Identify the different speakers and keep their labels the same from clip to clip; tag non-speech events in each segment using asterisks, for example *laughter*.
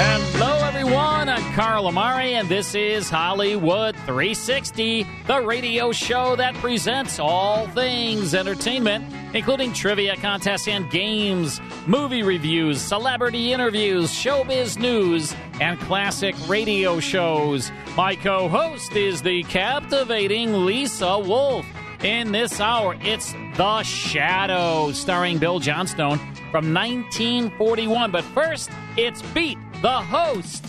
Speaker 1: And I'm Carl Amari, and this is Hollywood 360, the radio show that presents all things entertainment, including trivia contests and games, movie reviews, celebrity interviews, showbiz news, and classic radio shows. My co host is the captivating Lisa Wolf. In this hour, it's The Shadow, starring Bill Johnstone from 1941. But first, it's Beat the Host.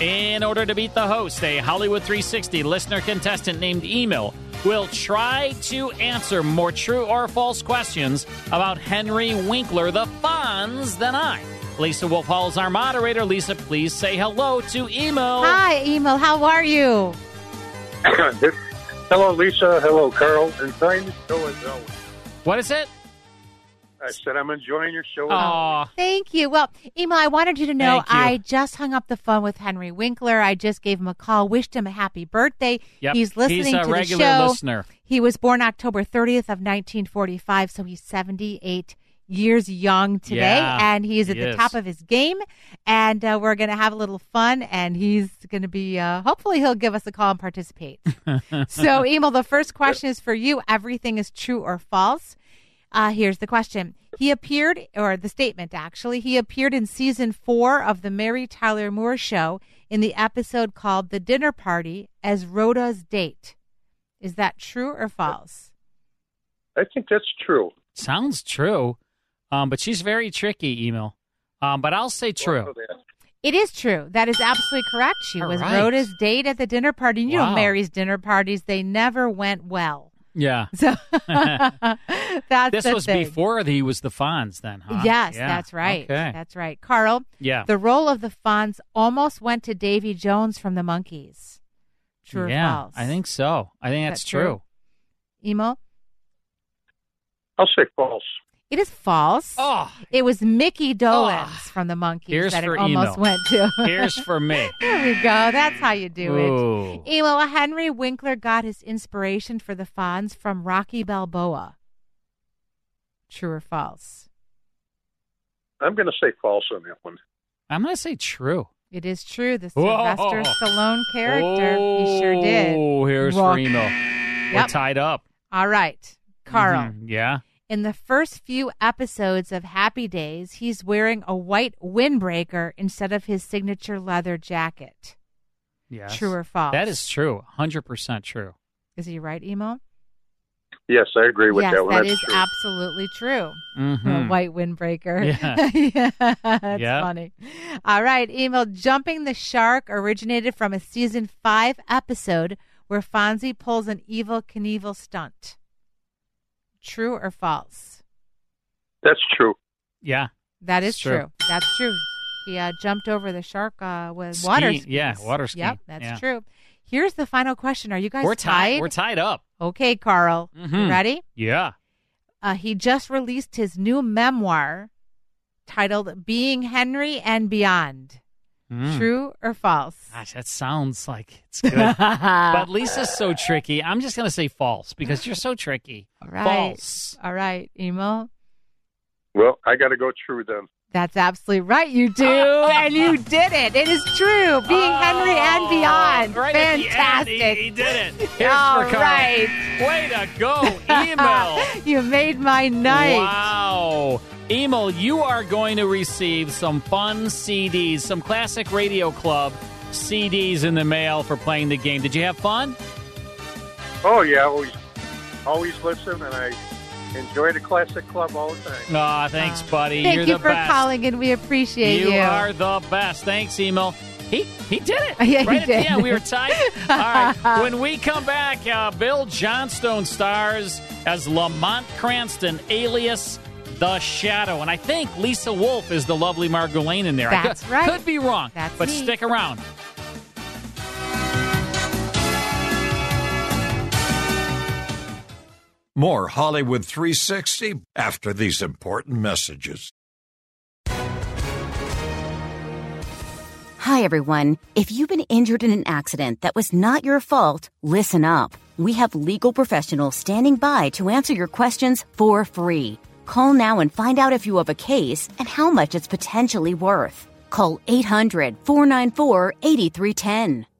Speaker 1: In order to beat the host, a Hollywood 360 listener contestant named Email will try to answer more true or false questions about Henry Winkler, the Fonz, than I. Lisa Wolf Hall is our moderator. Lisa, please say hello to Email.
Speaker 2: Hi, Email. How are you?
Speaker 3: *laughs* hello, Lisa. Hello, Carl. Enjoying the show as always.
Speaker 1: What is it?
Speaker 3: I said I'm enjoying your show.
Speaker 1: Aww.
Speaker 2: Thank you. Well, Emil, I wanted you to know you. I just hung up the phone with Henry Winkler. I just gave him a call, wished him a happy birthday.
Speaker 1: Yep.
Speaker 2: He's listening
Speaker 1: He's a
Speaker 2: to
Speaker 1: regular
Speaker 2: the show.
Speaker 1: Listener.
Speaker 2: He was born October 30th of 1945, so he's 78 years young today,
Speaker 1: yeah,
Speaker 2: and he's at
Speaker 1: he
Speaker 2: the
Speaker 1: is.
Speaker 2: top of his game. And uh, we're going to have a little fun, and he's going to be. Uh, hopefully, he'll give us a call and participate. so, Emil, the first question is for you. Everything is true or false. Uh, here's the question. He appeared, or the statement actually, he appeared in season four of the Mary Tyler Moore show in the episode called The Dinner Party as Rhoda's date. Is that true or false?
Speaker 3: I think that's true.
Speaker 1: Sounds true, um, but she's very tricky, Emil. Um, but I'll say true.
Speaker 2: It is true. That is absolutely correct. She
Speaker 1: All
Speaker 2: was
Speaker 1: right.
Speaker 2: Rhoda's date at the dinner party. You
Speaker 1: Wow.
Speaker 2: know, Mary's dinner parties, they never went
Speaker 1: *laughs*
Speaker 2: well. *laughs*
Speaker 1: Yeah.
Speaker 2: So that's
Speaker 1: this
Speaker 2: the
Speaker 1: was
Speaker 2: thing.
Speaker 1: before he was the Fonz, then, huh?
Speaker 2: Yes,
Speaker 1: Yeah.
Speaker 2: that's right.
Speaker 1: Okay.
Speaker 2: That's right. Carl,
Speaker 1: yeah.
Speaker 2: the role of the Fonz almost went to Davy Jones from the Monkees. True
Speaker 1: yeah,
Speaker 2: or false?
Speaker 1: I think so. I think that's
Speaker 2: That's true?
Speaker 1: true.
Speaker 2: Emo,
Speaker 3: I'll say false.
Speaker 2: it is false.
Speaker 1: Oh.
Speaker 2: It was Mickey Dolenz
Speaker 1: Oh.
Speaker 2: from the Monkees
Speaker 1: Here's
Speaker 2: that it
Speaker 1: for
Speaker 2: almost
Speaker 1: Emo.
Speaker 2: went to.
Speaker 1: *laughs*
Speaker 2: *laughs*
Speaker 1: Here's for me.
Speaker 2: There we go. That's how you do
Speaker 1: Ooh.
Speaker 2: it. Emo, Henry Winkler got his inspiration for the Fonz from Rocky Balboa. True or false?
Speaker 3: I'm going to say false on that one.
Speaker 1: I'm going to say true.
Speaker 2: It is true. The
Speaker 1: Whoa.
Speaker 2: Sylvester Stallone character.
Speaker 1: Oh,
Speaker 2: he sure did.
Speaker 1: here's for
Speaker 2: Rock.
Speaker 1: Emo. We're
Speaker 2: Yep.
Speaker 1: tied up.
Speaker 2: All right. Carl,
Speaker 1: Mhm, Yeah.
Speaker 2: in the first few episodes of Happy Days, he's wearing a white windbreaker instead of his signature leather jacket.
Speaker 1: Yes.
Speaker 2: True or false?
Speaker 1: That is true. 100% true.
Speaker 2: Is he right, Emo?
Speaker 3: Yes, I agree with
Speaker 2: yes,
Speaker 3: that one.
Speaker 2: that
Speaker 3: that's
Speaker 2: is
Speaker 3: true.
Speaker 2: absolutely true.
Speaker 1: Mm-hmm.
Speaker 2: A white windbreaker.
Speaker 1: Yeah.
Speaker 2: *laughs* Yeah, that's
Speaker 1: Yeah.
Speaker 2: funny. All right, email Jumping the Shark originated from a season five episode where Fonzie pulls an evil Knievel stunt. True or false?
Speaker 3: that's true.
Speaker 1: Yeah.
Speaker 2: That
Speaker 1: It's
Speaker 2: is
Speaker 1: true.
Speaker 2: true. That's true. He uh, jumped over the shark uh, with water
Speaker 1: Ski-
Speaker 2: skis.
Speaker 1: yeah, water ski.
Speaker 2: Yep, that's
Speaker 1: Yeah.
Speaker 2: true. Here's the final question. Are you guys
Speaker 1: We're
Speaker 2: tied?
Speaker 1: tied. We're tied up.
Speaker 2: okay, Carl. You
Speaker 1: Mhm.
Speaker 2: ready?
Speaker 1: Yeah.
Speaker 2: Uh, he just released his new memoir titled Being Henry and Beyond.
Speaker 1: Mm.
Speaker 2: True or false?
Speaker 1: Gosh, that sounds like
Speaker 2: *laughs*
Speaker 1: it's good. but Lisa's so tricky. I'm just going to say false because you're so tricky.
Speaker 2: All right.
Speaker 1: False.
Speaker 2: All right, Emo.
Speaker 3: Well, I got to go true then.
Speaker 2: That's absolutely right. You
Speaker 1: *laughs*
Speaker 2: do, and you did it. It is true. Being Henry and Beyond.
Speaker 1: Right Oh, at the end,
Speaker 2: Fantastic.
Speaker 1: he, he did
Speaker 2: *laughs*
Speaker 1: it. Here's
Speaker 2: All
Speaker 1: for Carl.
Speaker 2: right.
Speaker 1: Way to
Speaker 2: *laughs*
Speaker 1: go, Emil.
Speaker 2: you made my night.
Speaker 1: Wow. Emil, you are going to receive some fun CDs, some classic radio club CDs in the mail for playing the game. Did you have fun?
Speaker 3: Oh yeah, always, always listen, and I enjoy the classic club all the time.
Speaker 1: Aw, thanks, buddy.
Speaker 2: Thank
Speaker 1: You're
Speaker 2: you
Speaker 1: the
Speaker 2: for
Speaker 1: best.
Speaker 2: calling, and we appreciate you.
Speaker 1: are the best. Thanks, Emo. He he did it.
Speaker 2: *laughs* Yeah, he
Speaker 1: right at the
Speaker 2: did.
Speaker 1: end, we
Speaker 2: *laughs*
Speaker 1: were tied. All right. When we come back, uh, Bill Johnstone stars as Lamont Cranston, alias the Shadow, and I think Lisa Wolf is the lovely Margot Lane in there. I
Speaker 2: That's
Speaker 1: could,
Speaker 2: right.
Speaker 1: Could be wrong.
Speaker 2: That's
Speaker 1: but
Speaker 2: me.
Speaker 1: stick around.
Speaker 4: More Hollywood 360 after these important messages.
Speaker 5: Hi, everyone. If you've been injured in an accident that was not your fault, listen up. We have legal professionals standing by to answer your questions for free. Call now and find out if you have a case and how much it's potentially worth. Call 800 494 8310.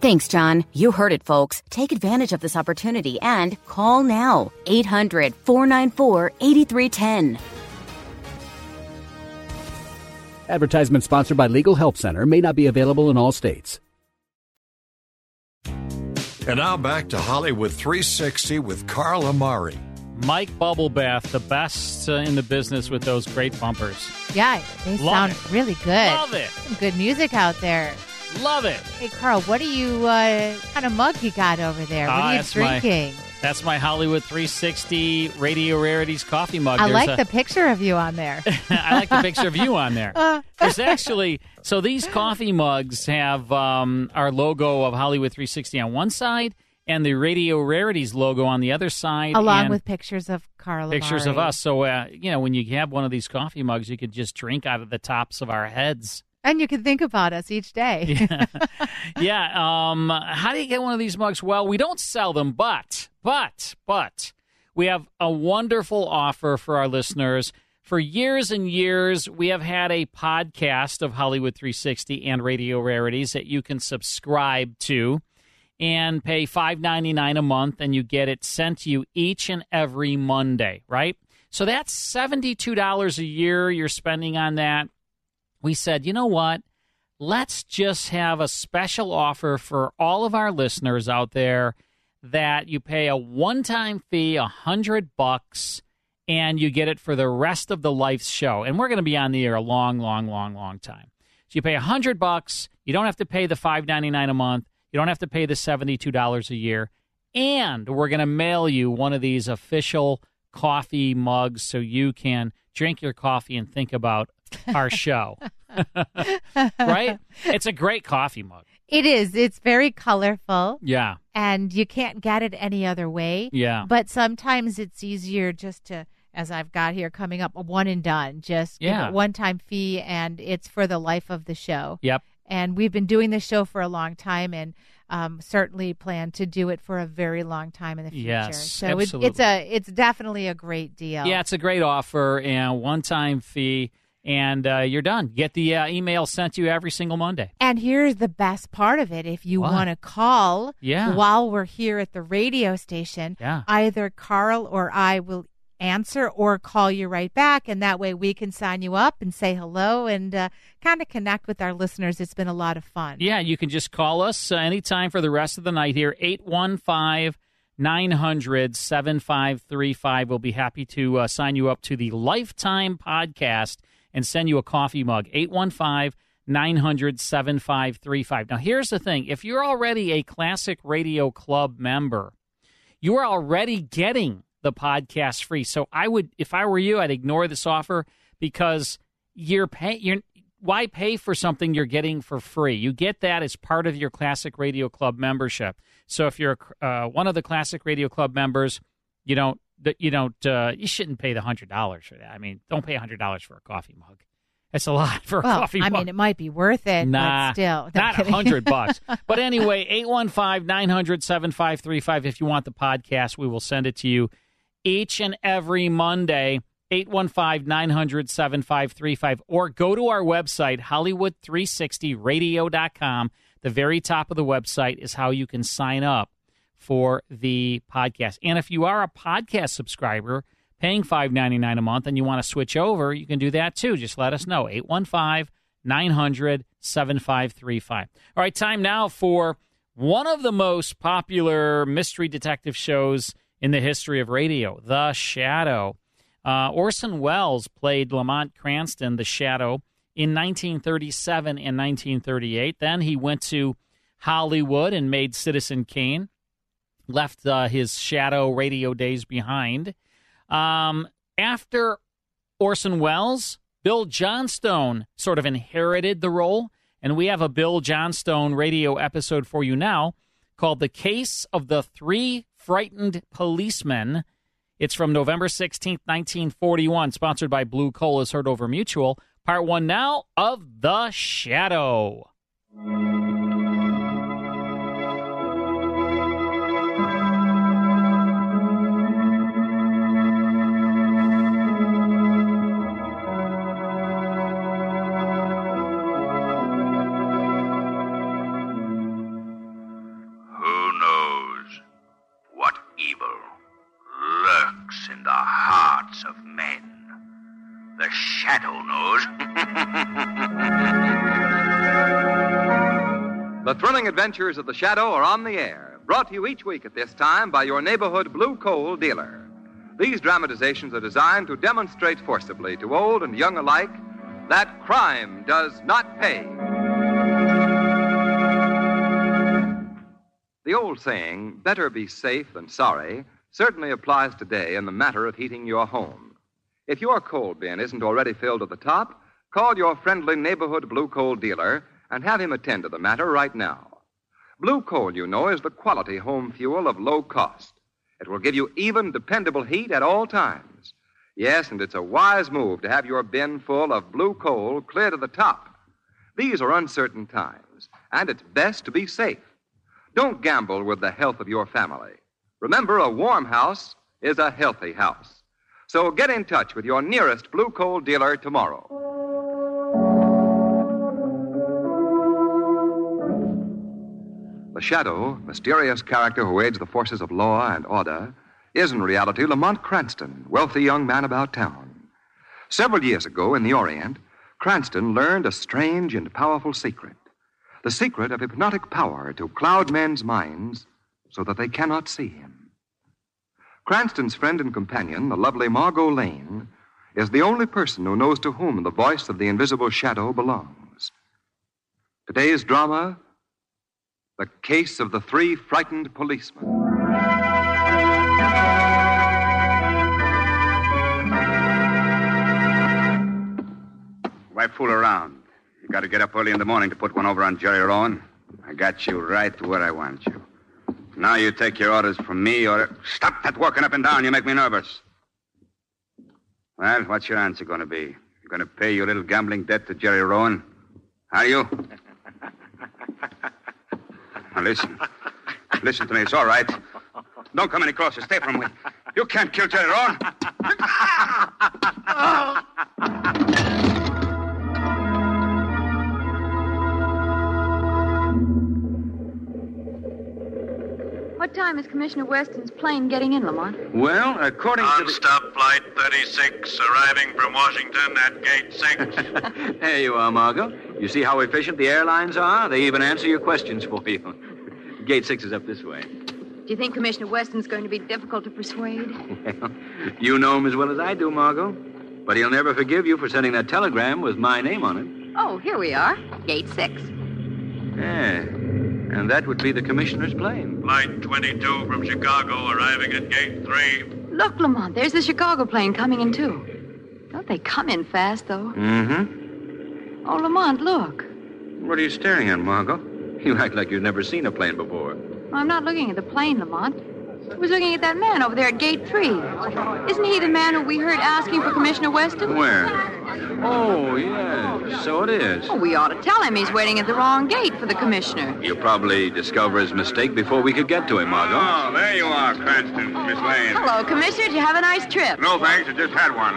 Speaker 5: Thanks, John. You heard it, folks. Take advantage of this opportunity and call now 800 494 8310.
Speaker 6: Advertisement sponsored by Legal Help Center may not be available in all states.
Speaker 4: And now back to Hollywood 360 with Carl Amari.
Speaker 1: Mike Bubblebath, the best uh, in the business with those great bumpers.
Speaker 2: Yeah, they
Speaker 1: Love
Speaker 2: sound really good.
Speaker 1: Love it.
Speaker 2: Some good music out there.
Speaker 1: Love it.
Speaker 2: Hey, Carl, what do you uh, kind of mug you got over there? What
Speaker 1: Ah,
Speaker 2: are you
Speaker 1: that's my-
Speaker 2: drinking?
Speaker 1: that's my Hollywood 360 Radio Rarities coffee mug.
Speaker 2: I
Speaker 1: There's
Speaker 2: like
Speaker 1: a-
Speaker 2: the picture of you on there.
Speaker 1: *laughs* I like the picture of you
Speaker 2: *laughs*
Speaker 1: on there.
Speaker 2: Uh.
Speaker 1: There's actually so these coffee mugs have um, our logo of Hollywood 360 on one side and the Radio Rarities logo on the other side,
Speaker 2: Along
Speaker 1: and
Speaker 2: with pictures of Carl.
Speaker 1: pictures of
Speaker 2: Amari.
Speaker 1: us. So uh, you know, when you have one of these coffee mugs, you could just drink out of the tops of our heads.
Speaker 2: And you can think about us each day.
Speaker 1: *laughs* yeah. Um, how do you get one of these mugs? Well, we don't sell them, but, but, but we have a wonderful offer for our listeners. For years and years, we have had a podcast of Hollywood 360 and Radio Rarities that you can subscribe to and pay $5.99 a month, and you get it sent to you each and every Monday, right? So that's $72 a year you're spending on that. We said, you know what? let's just have a special offer for all of our listeners out there that you pay a one-time fee, a hundred bucks, and you get it for the rest of the life's show. And we're going to be on the air a long, long, long, long time. So you pay a hundred bucks. You don't have to pay the five ninety-nine a month. You don't have to pay the seventy-two dollars a year. And we're going to mail you one of these official coffee mugs so you can drink your coffee and think about our show. right? It's a great coffee mug.
Speaker 2: *laughs* It is. It's very colorful.
Speaker 1: Yeah.
Speaker 2: And you can't get it any other way.
Speaker 1: Yeah.
Speaker 2: But sometimes it's easier just to, as I've got here coming up, a one and done. Just give
Speaker 1: Yeah.
Speaker 2: it one time fee, and it's for the life of the show.
Speaker 1: Yep.
Speaker 2: And we've been doing this show for a long time, and um, certainly plan to do it for a very long time in the future.
Speaker 1: Yes,
Speaker 2: so it, it's
Speaker 1: absolutely.
Speaker 2: a, it's definitely a great deal.
Speaker 1: Yeah, it's a great offer and one time fee, and uh, you're done. Get the uh, email sent to you every single Monday.
Speaker 2: And here's the best part of it. If you
Speaker 1: What?
Speaker 2: want to call
Speaker 1: Yeah.
Speaker 2: while we're here at the radio station,
Speaker 1: Yeah.
Speaker 2: either Carl or I will answer or call you right back. And that way we can sign you up and say hello and uh, kind of connect with our listeners. It's been a lot of fun.
Speaker 1: Yeah, you can just call us uh, anytime for the rest of the night here. 815 900 7535. We'll be happy to uh, sign you up to the Lifetime Podcast and send you a coffee mug. 815 900 7535. Now, here's the thing if you're already a Classic Radio Club member, you are already getting the podcast free. So I would, if I were you, I'd ignore this offer because you're pay, you're why pay for something you're getting for free? You get that as part of your Classic Radio Club membership. So if you're uh, one of the Classic Radio Club members, you don't that you don't uh, you shouldn't pay the hundred dollars for that. I mean, don't pay hundred dollars for a coffee mug. That's a lot for a
Speaker 2: well,
Speaker 1: coffee.
Speaker 2: I
Speaker 1: mug.
Speaker 2: mean, it might be worth it,
Speaker 1: Nah,
Speaker 2: but still. No,
Speaker 1: not a
Speaker 2: kidding.
Speaker 1: hundred
Speaker 2: *laughs*
Speaker 1: bucks. But anyway, 815-900-7535. If you want the podcast, we will send it to you each and every Monday. 815-900-7535 or go to our website hollywood360radio.com. The very top of the website is how you can sign up for the podcast. And if you are a podcast subscriber paying $5.99 a month and you want to switch over, you can do that too. Just let us know 815 900 7535. All right, time now for one of the most popular mystery detective shows in the history of radio The Shadow. Uh, Orson Welles played Lamont Cranston, The Shadow, in 1937 and 1938. Then he went to Hollywood and made Citizen Kane left uh, his shadow radio days behind. Um, after Orson Welles, Bill Johnstone sort of inherited the role, and we have a Bill Johnstone radio episode for you now called The Case of the Three Frightened Policemen. It's from November 16th, 1941, sponsored by Blue Coal is heard over Mutual. Part one now of The Shadow.
Speaker 7: Who knows what evil lurks in the hearts of men? The shadow *laughs* knows.
Speaker 8: The thrilling adventures of the Shadow are on the air, brought to you each week at this time by your neighborhood blue coal dealer. These dramatizations are designed to demonstrate forcibly to old and young alike that crime does not pay. The old saying, better be safe than sorry, certainly applies today in the matter of heating your home. If your coal bin isn't already filled to the top, call your friendly neighborhood blue coal dealer and have him attend to the matter right now. Blue coal, you know, is the quality home fuel of low cost. It will give you even, dependable heat at all times. Yes, and it's a wise move to have your bin full of blue coal clear to the top. These are uncertain times, and it's best to be safe. Don't gamble with the health of your family. Remember, a warm house is a healthy house. So get in touch with your nearest blue coal dealer tomorrow. The shadow, mysterious character who aids the forces of law and order, is in reality Lamont Cranston, wealthy young man about town. Several years ago in the Orient, Cranston learned a strange and powerful secret the secret of hypnotic power to cloud men's minds so that they cannot see him. Cranston's friend and companion, the lovely Margot Lane, is the only person who knows to whom the voice of the invisible shadow belongs. Today's drama The Case of the Three Frightened Policemen.
Speaker 9: Why fool around? You got to get up early in the morning to put one over on Jerry Rowan. I got you right where I want you. Now you take your orders from me or. Stop that walking up and down. You make me nervous. Well, what's your answer going to be? You're going to pay your little gambling debt to Jerry Rowan? Are you? now listen. Listen to me. It's all right. Don't come any closer. Stay from me. You can't kill Jerry Rowan.
Speaker 10: What time is Commissioner Weston's plane getting in, Lamont?
Speaker 9: Well, according to. the-
Speaker 7: Stop flight 36, arriving from Washington at gate 6.
Speaker 11: *laughs* There you are, Margot. You see how efficient the airlines are? They even answer your questions for you. *laughs* Gate six is up this way.
Speaker 10: Do you think Commissioner Weston's going to be difficult to persuade?
Speaker 11: you know him as well as I do, Margot. But he'll never forgive you for sending that telegram with my name on
Speaker 10: Oh, here we are. Gate six.
Speaker 11: it. Yeah. And that would be the commissioner's plane.
Speaker 7: Flight 22 from Chicago, arriving at gate 3.
Speaker 10: Look, Lamont, there's the Chicago plane coming in, too. Don't they come in fast, though?
Speaker 11: Mm-hmm.
Speaker 10: Oh, Lamont, look.
Speaker 11: What are you staring at, Margot? You act like you've never seen a plane before.
Speaker 10: I'm not looking at the plane, Lamont. I was looking at that man over there at Gate 3. Isn't he the man who we heard asking for Commissioner Weston?
Speaker 8: Where? Oh, yes, so it is.
Speaker 10: Oh, we ought to tell him he's waiting at the wrong gate for the commissioner.
Speaker 8: You'll probably discover his mistake before we could get to him, Margot.
Speaker 11: Oh, there you are, Cranston, Miss Lane.
Speaker 10: Hello, Commissioner. Did you have a nice trip?
Speaker 11: No, thanks. I just had one.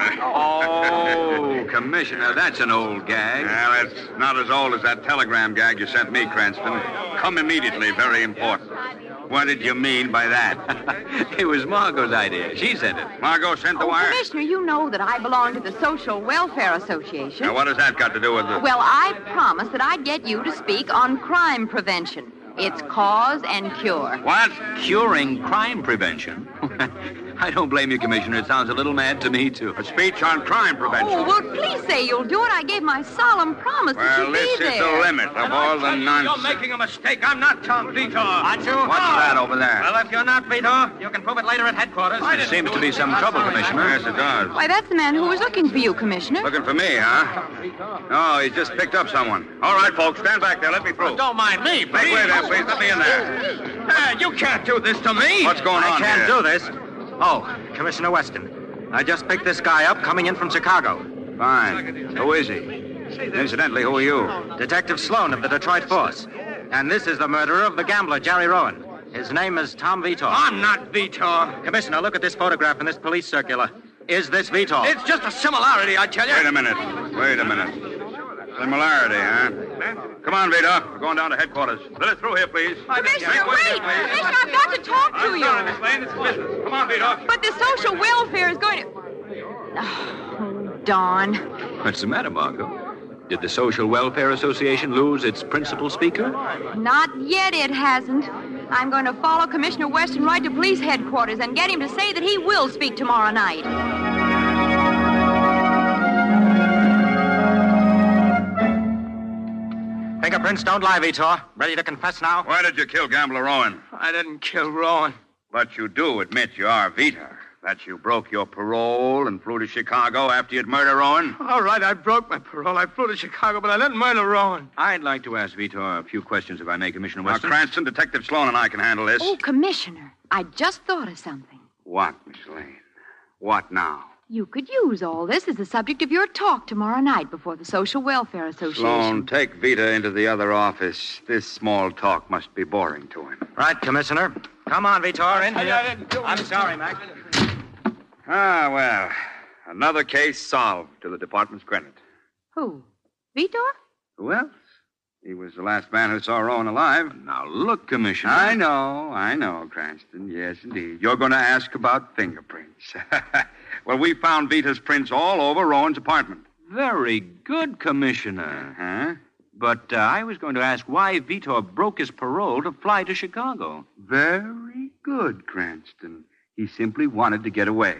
Speaker 8: Oh, *laughs* Commissioner, that's an old gag.
Speaker 11: Well, it's not as old as that telegram gag you sent me, Cranston. Come immediately. Very important. What did you mean by that?
Speaker 8: *laughs* it was Margot's idea. She sent it.
Speaker 11: Margot sent the
Speaker 10: Oh,
Speaker 11: wire?
Speaker 10: Commissioner, you know that I belong to the Social Welfare Association.
Speaker 11: Now, what has that got to do with the...
Speaker 10: Well, I promised that I'd get you to speak on crime prevention. It's cause and cure.
Speaker 8: What? Curing crime prevention. *laughs* I don't blame you, Commissioner. It sounds a little mad to me, too. A
Speaker 11: speech on crime
Speaker 10: Oh, well, please say you'll do it. I gave my solemn promise that
Speaker 11: Well,
Speaker 10: you'd
Speaker 11: this
Speaker 10: be
Speaker 11: is
Speaker 10: there.
Speaker 11: the limit of all the nonsense.
Speaker 12: making a mistake. I'm not Tom Vitor. Aren't you?
Speaker 11: What's that over there?
Speaker 12: Well, if you're not Vitor, you can prove it later at headquarters.
Speaker 11: There seems to be some trouble, Commissioner. Yes, it does.
Speaker 10: Why, that's the man who was looking for you, Commissioner.
Speaker 11: Looking for me, huh? Oh, he's just picked up someone. All right, folks, stand back there. Let me through.
Speaker 12: Don't mind me, please.
Speaker 11: Make way there, please. Let me in
Speaker 8: Oh,
Speaker 11: there.
Speaker 12: Hey, you can't do this to me.
Speaker 11: What's going
Speaker 12: I
Speaker 11: on
Speaker 12: can't
Speaker 11: here?
Speaker 12: do this. Oh, Commissioner Weston. I just picked this guy up coming in from Chicago.
Speaker 11: Fine. Who is he? Incidentally, who are you?
Speaker 12: Detective Sloan of the Detroit Force. And this is the murderer of the gambler, Jerry Rowan. His name is Tom Vitor. I'm not Vitor. Commissioner, look at this photograph in this police circular. Is this Vitor? It's just a similarity, I tell you.
Speaker 11: Wait a minute. Wait a minute. Similarity, huh? Come on, Vito. We're going down to headquarters. Let us through here, please.
Speaker 10: Commissioner, wait! Commissioner, I've got to talk to you.
Speaker 11: Sorry, Miss Lane, it's business. Come on, Vito.
Speaker 10: But the social welfare is going to. *sighs* Oh, Don.
Speaker 8: What's the matter, Margot? Did the Social Welfare Association lose its principal speaker?
Speaker 10: Not yet, it hasn't. I'm going to follow Commissioner Weston right to police headquarters and get him to say that he will speak tomorrow night.
Speaker 12: Fingerprints don't lie, Vitor. Ready to confess now?
Speaker 11: Why did you kill Gambler Rowan?
Speaker 12: I didn't kill Rowan.
Speaker 11: But you do admit you are Vito. That you broke your parole and flew to Chicago after you'd murdered Rowan?
Speaker 12: All right, I broke my parole. I flew to Chicago, but I didn't murder Rowan.
Speaker 8: I'd like to ask Vitor a few questions, if I may, Commissioner
Speaker 11: Now,
Speaker 8: Weston.
Speaker 11: Cranston, Detective Sloan and I can handle this.
Speaker 10: Oh, Commissioner, I just thought of something.
Speaker 11: What, Miss Lane? What now?
Speaker 10: You could use all this as the subject of your talk tomorrow night before the Social Welfare Association.
Speaker 11: Sloan, take Vita into the other office. This small talk must be boring to him.
Speaker 12: Right, Commissioner. Come on, Vitor, in here. I'm sorry, Mac.
Speaker 11: Ah, well. Another case solved to the department's credit.
Speaker 10: Who? Vitor?
Speaker 11: Who else? He was the last man who saw Rowan alive.
Speaker 8: Now, look, Commissioner.
Speaker 11: I know, Oh, I know, Cranston. Yes, indeed. You're going to ask about fingerprints. *laughs* well, we found Vita's prints all over Rowan's apartment. Uh-huh.
Speaker 8: Very good, Commissioner. Huh? But uh, I was going to ask why Vitor broke his parole to fly to Chicago.
Speaker 11: Very good, Cranston. He simply wanted to get away.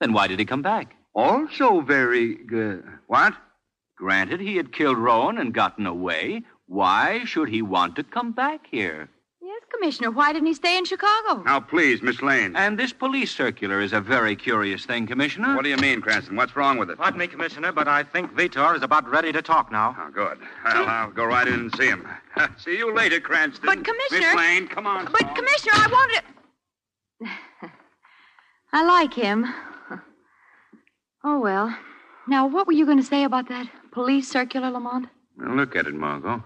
Speaker 8: Then why did he come back?
Speaker 11: Also very good. What?
Speaker 8: Granted, he had killed Rowan and gotten away. Why should he want to come back here?
Speaker 10: Yes, Commissioner, why didn't he stay in Chicago?
Speaker 11: Now, please, Miss Lane.
Speaker 8: And this police circular is a very curious thing, Commissioner.
Speaker 11: What do you mean, Cranston? What's wrong with it?
Speaker 12: Pardon me, Commissioner, but I think Vitor is about ready to talk now.
Speaker 11: Oh, good. Well, I'll go right in and see him. *laughs* see you later, Cranston.
Speaker 10: But, Commissioner-
Speaker 11: Miss Lane, come on.
Speaker 10: But, Commissioner, I wanted to. *laughs* I like him. *laughs* Oh, well. Now, what were you going to say about that police circular, Lamont?
Speaker 8: Now, look at it, Margot.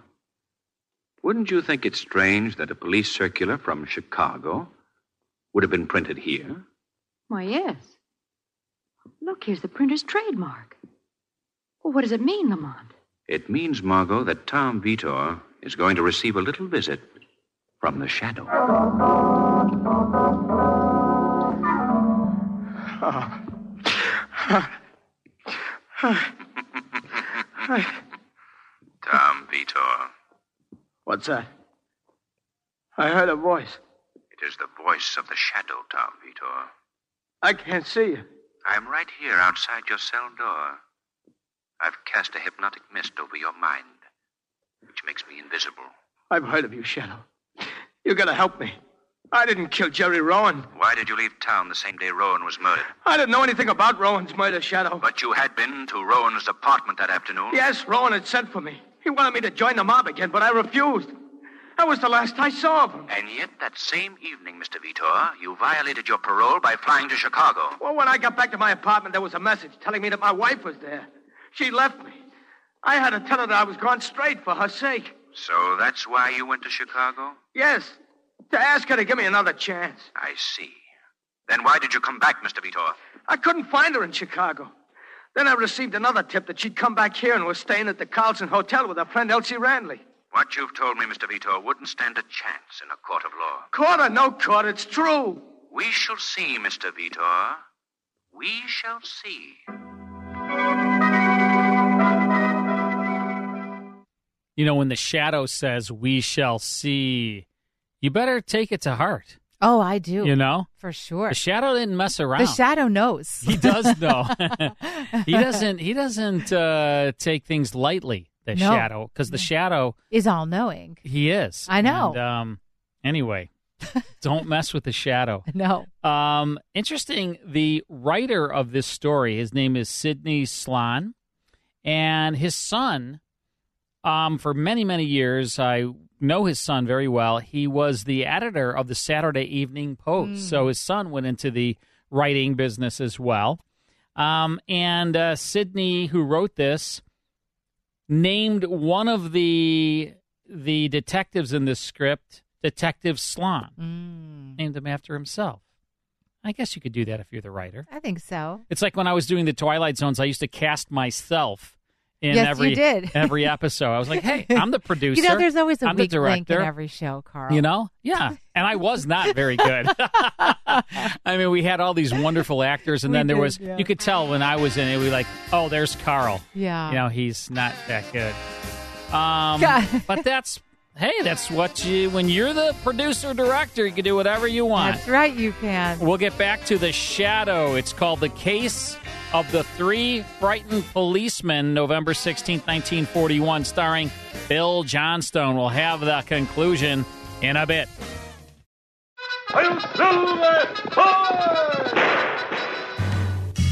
Speaker 8: Wouldn't you think it strange that a police circular from Chicago would have been printed here?
Speaker 10: Why, yes. Look, here's the printer's trademark. Well, what does it mean, Lamont?
Speaker 8: It means, Margot, that Tom Vitor is going to receive a little visit from the shadow.
Speaker 12: Ah.
Speaker 11: *laughs* Tom Vitor.
Speaker 12: What's that? I heard a voice.
Speaker 11: It is the voice of the shadow, Tom Vitor.
Speaker 12: I can't see you.
Speaker 11: I'm right here outside your cell door. I've cast a hypnotic mist over your mind, which makes me invisible.
Speaker 12: I've heard of you, Shadow. You gotta help me. I didn't kill Jerry Rowan.
Speaker 11: Why did you leave town the same day Rowan was murdered?
Speaker 12: I didn't know anything about Rowan's murder, Shadow.
Speaker 11: But you had been to Rowan's apartment that afternoon.
Speaker 12: Yes, Rowan had sent for me. He wanted me to join the mob again, but I refused. That was the last I saw of him.
Speaker 11: And yet, that same evening, Mr. Vitor, you violated your parole by flying to Chicago.
Speaker 12: Well, when I got back to my apartment, there was a message telling me that my wife was there. She left me. I had to tell her that I was gone straight for her sake.
Speaker 11: So that's why you went to Chicago?
Speaker 12: Yes, to ask her to give me another chance.
Speaker 11: I see. Then why did you come back, Mr. Vitor?
Speaker 12: I couldn't find her in Chicago. Then I received another tip that she'd come back here and was staying at the Carlson Hotel with her friend Elsie Randley.
Speaker 11: What you've told me, Mr. Vitor, wouldn't stand a chance in a court of law.
Speaker 12: Court or no court, it's true.
Speaker 11: We shall see, Mr. Vitor. We shall see.
Speaker 1: You know, when the shadow says, we shall see, you better take it to heart.
Speaker 2: Oh, I do.
Speaker 1: You know?
Speaker 2: For sure.
Speaker 1: The shadow didn't mess around.
Speaker 2: The
Speaker 1: *laughs*
Speaker 2: shadow knows.
Speaker 1: He does though. he doesn't. He doesn't uh, take things lightly. The
Speaker 2: No.
Speaker 1: shadow, because the shadow,
Speaker 2: *laughs* is all knowing.
Speaker 1: he is.
Speaker 2: I know.
Speaker 1: And, um,
Speaker 2: *laughs*
Speaker 1: anyway, don't mess with the shadow.
Speaker 2: No.
Speaker 1: Um, interesting. The writer of this story, his name is Sidney Slon, and his son. Um, for many many years, I know his son very well. He was the editor of the Saturday Evening Post,
Speaker 13: Mm.
Speaker 1: so his son went into the writing business as well. Um, and uh, Sidney, who wrote this, named one of the the detectives in this script Detective Slon. Named him after himself. I guess you could do that if you're the writer.
Speaker 2: I think so.
Speaker 1: It's like when I was doing the Twilight Zones, I used to cast myself in
Speaker 2: Yes, you
Speaker 1: every
Speaker 2: did.
Speaker 1: *laughs* every episode. I was like, hey, I'm the producer.
Speaker 2: *laughs* You know, there's always a
Speaker 1: I'm
Speaker 2: weak
Speaker 1: the
Speaker 2: link
Speaker 1: director.
Speaker 2: in every show, Carl.
Speaker 1: You know? Yeah. And I was not
Speaker 2: *laughs*
Speaker 1: very good. *laughs* I mean, we had all these wonderful actors, and
Speaker 2: We
Speaker 1: then there
Speaker 2: did,
Speaker 1: was,
Speaker 2: yeah.
Speaker 1: you could tell when I was in it, we were like, oh, there's Carl.
Speaker 2: Yeah.
Speaker 1: You know, he's not that good. Um, but that's, hey, that's what you, when you're the producer director, you can do whatever you want.
Speaker 2: That's right, you can.
Speaker 1: We'll get back to the shadow. It's called The Case of the Three Frightened Policemen, November 16, 1941, starring Bill Johnstone. We'll have the conclusion in a bit.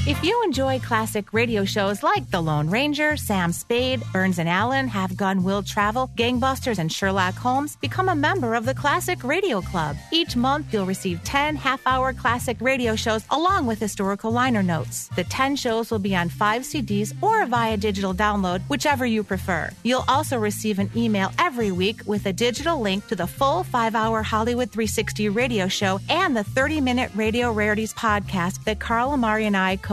Speaker 14: If you enjoy classic radio shows like The Lone Ranger, Sam Spade, Burns and Allen, Have Gun Will Travel, Gangbusters, and Sherlock Holmes, become a member of the Classic Radio Club. Each month, you'll receive 10 half hour classic radio shows along with historical liner notes. The 10 shows will be on five CDs or via digital download, whichever you prefer. You'll also receive an email every week with a digital link to the full five hour Hollywood 360 radio show and the 30 minute Radio Rarities podcast that Carl Amari and I co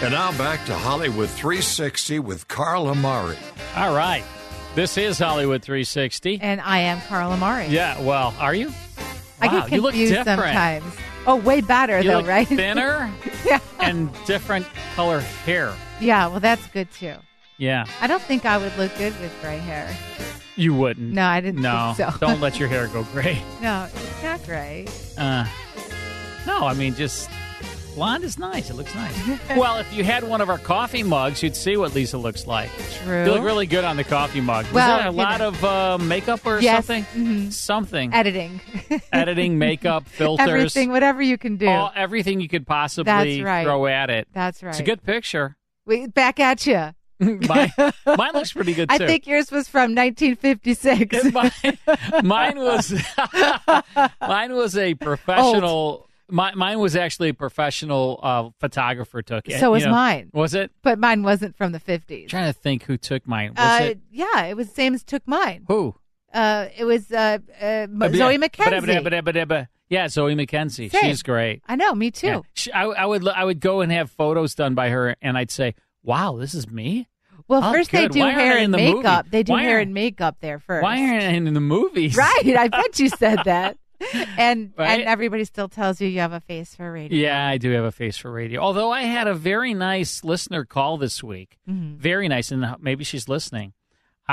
Speaker 4: And now back to Hollywood 360 with Carl Amari.
Speaker 1: All right. This is uh, Hollywood 360.
Speaker 2: And I am Carl Amari.
Speaker 1: Yeah, well, are you?
Speaker 2: I
Speaker 1: Wow,
Speaker 2: get
Speaker 1: you look
Speaker 2: confused
Speaker 1: different.
Speaker 2: sometimes. Oh, way better
Speaker 1: You
Speaker 2: though,
Speaker 1: look
Speaker 2: right?
Speaker 1: thinner
Speaker 2: yeah.
Speaker 1: and different color hair.
Speaker 2: *laughs* Yeah, well that's good too.
Speaker 1: Yeah,
Speaker 2: I don't think I would look good with gray hair.
Speaker 1: you wouldn't.
Speaker 2: No, I didn't
Speaker 1: No,
Speaker 2: think so.
Speaker 1: don't
Speaker 2: *laughs*
Speaker 1: let your hair go gray.
Speaker 2: No, it's not gray.
Speaker 1: Uh, no, I mean, just blonde is nice. It looks nice. *laughs* well, if you had one of our coffee mugs, you'd see what Lisa looks like.
Speaker 2: True.
Speaker 1: You look really good on the coffee mug. Was
Speaker 2: Well,
Speaker 1: that a
Speaker 2: you
Speaker 1: lot
Speaker 2: know.
Speaker 1: of uh, makeup or
Speaker 2: Yes, Mm-hmm.
Speaker 1: something? Something.
Speaker 2: Editing.
Speaker 1: *laughs*
Speaker 2: *laughs*
Speaker 1: Editing, makeup, filters.
Speaker 2: Everything, whatever you can do.
Speaker 1: All, everything you could possibly
Speaker 2: That's right.
Speaker 1: throw at it.
Speaker 2: That's right.
Speaker 1: It's a good
Speaker 2: *laughs*
Speaker 1: picture. *laughs*
Speaker 2: Wait, back at you.
Speaker 1: Mine, mine looks pretty good, too.
Speaker 2: I think *laughs* yours was from 1956.
Speaker 1: mine was *laughs* mine was a professional mi- mine was actually a professional uh, photographer took it
Speaker 2: So
Speaker 1: you
Speaker 2: was
Speaker 1: know.
Speaker 2: mine.
Speaker 1: was it
Speaker 2: *laughs* but mine wasn't from the 50s.
Speaker 1: trying to think who took mine was
Speaker 2: Uh,
Speaker 1: it
Speaker 2: Yeah, it was the same as took mine.
Speaker 1: who
Speaker 2: Uh, it was uh, uh, M-
Speaker 1: Uh,
Speaker 2: Zoe
Speaker 1: yeah.
Speaker 2: McKenzie.
Speaker 1: Ba-da-ba-da-ba-da-ba-da. yeah zoe mckenzie
Speaker 2: Same.
Speaker 1: she's great
Speaker 2: I know, me too.
Speaker 1: Yeah. She, I, I would lo- i would go and have photos done by her and i'd say wow this is me
Speaker 2: Well,
Speaker 1: Oh,
Speaker 2: first they
Speaker 1: good.
Speaker 2: do
Speaker 1: Why aren't
Speaker 2: hair
Speaker 1: I in
Speaker 2: and
Speaker 1: the movie?
Speaker 2: makeup. They do
Speaker 1: Why
Speaker 2: hair
Speaker 1: aren't-
Speaker 2: and makeup there first.
Speaker 1: why aren't i in the movies
Speaker 2: *laughs* Right,
Speaker 1: *laughs*
Speaker 2: I bet you said that. And
Speaker 1: Right?
Speaker 2: and everybody still tells you you have a face for radio.
Speaker 1: Yeah, I do have a face for radio. Although I had a very nice listener call this week,
Speaker 2: Mm.
Speaker 1: very nice, and uh, maybe she's listening.